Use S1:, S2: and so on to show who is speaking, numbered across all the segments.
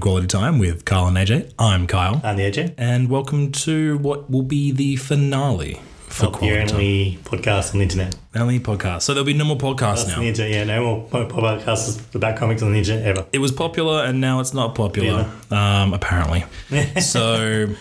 S1: Quality Time with Kyle and AJ. I'm Kyle,
S2: And the eh? AJ.
S1: and welcome to what will be the finale for
S2: Not the
S1: Quality Time.
S2: only podcast on the internet.
S1: The only podcast. So there'll be no more podcasts
S2: That's
S1: now.
S2: the internet, yeah. No more po- podcasts about comics on the internet ever.
S1: It was popular, and now it's not popular, um, apparently. so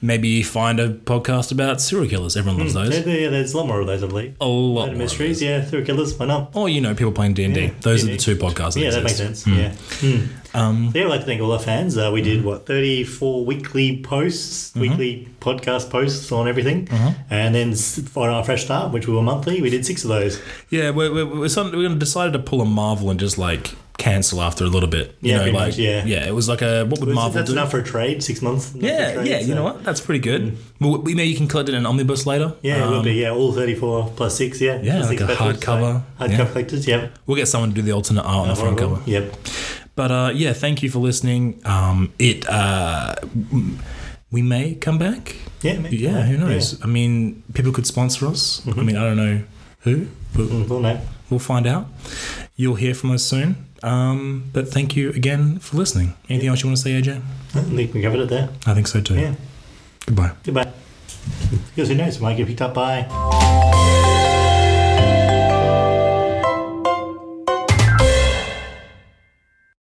S1: maybe find a podcast about serial killers. Everyone loves
S2: Hmm, Yeah,
S1: those.
S2: yeah, there's a lot more of those, I believe.
S1: A lot.
S2: Murder
S1: More.
S2: mysteries, yeah, serial killers, why not?
S1: Or you know, people playing D and D.
S2: Yeah,
S1: Those are the
S2: D&D.
S1: two podcasts. That Hmm.
S2: yeah, that makes
S1: exist.
S2: sense. Yeah. Um, yeah, I'd like to thank all our fans. Uh, we did,
S1: Mm-hmm.
S2: what, 34 weekly posts, weekly podcast posts on everything.
S1: Mm-hmm.
S2: And then s- for our fresh start, which we were monthly, we did six of those.
S1: Yeah, we're we're, we're, sort of- we're gonna decided to pull a Marvel and just like cancel after a little bit. You
S2: Yeah,
S1: know,
S2: pretty
S1: like
S2: much, yeah.
S1: it was like a what would Marvel
S2: That's
S1: do?
S2: enough for a trade, six months. enough for a
S1: Yeah,
S2: trade,
S1: yeah, you
S2: so-
S1: know what? That's pretty good. Well, we know you can collect it in an omnibus later.
S2: Yeah, it
S1: Um,
S2: will be. Yeah, all 34 plus 6, yeah.
S1: Yeah,
S2: plus
S1: like
S2: six
S1: a
S2: specials,
S1: hardcover,
S2: So hardcover
S1: yeah.
S2: collectors, yep.
S1: We'll get someone to do the alternate art on the front cover.
S2: Yep.
S1: But uh, yeah, thank you for listening. Um, it uh, m- we may come back.
S2: Yeah, Mm-hmm. maybe.
S1: Yeah, who knows? I mean, people could sponsor us. I mean, I don't know who, but
S2: Mm, We'll know.
S1: we'll find out. You'll hear from us soon. Um, but thank you again for listening. Anything else you want to say, AJ?
S2: I think we covered it there.
S1: I think so too.
S2: Yeah.
S1: Goodbye.
S2: Goodbye. Because who knows? We might get picked up by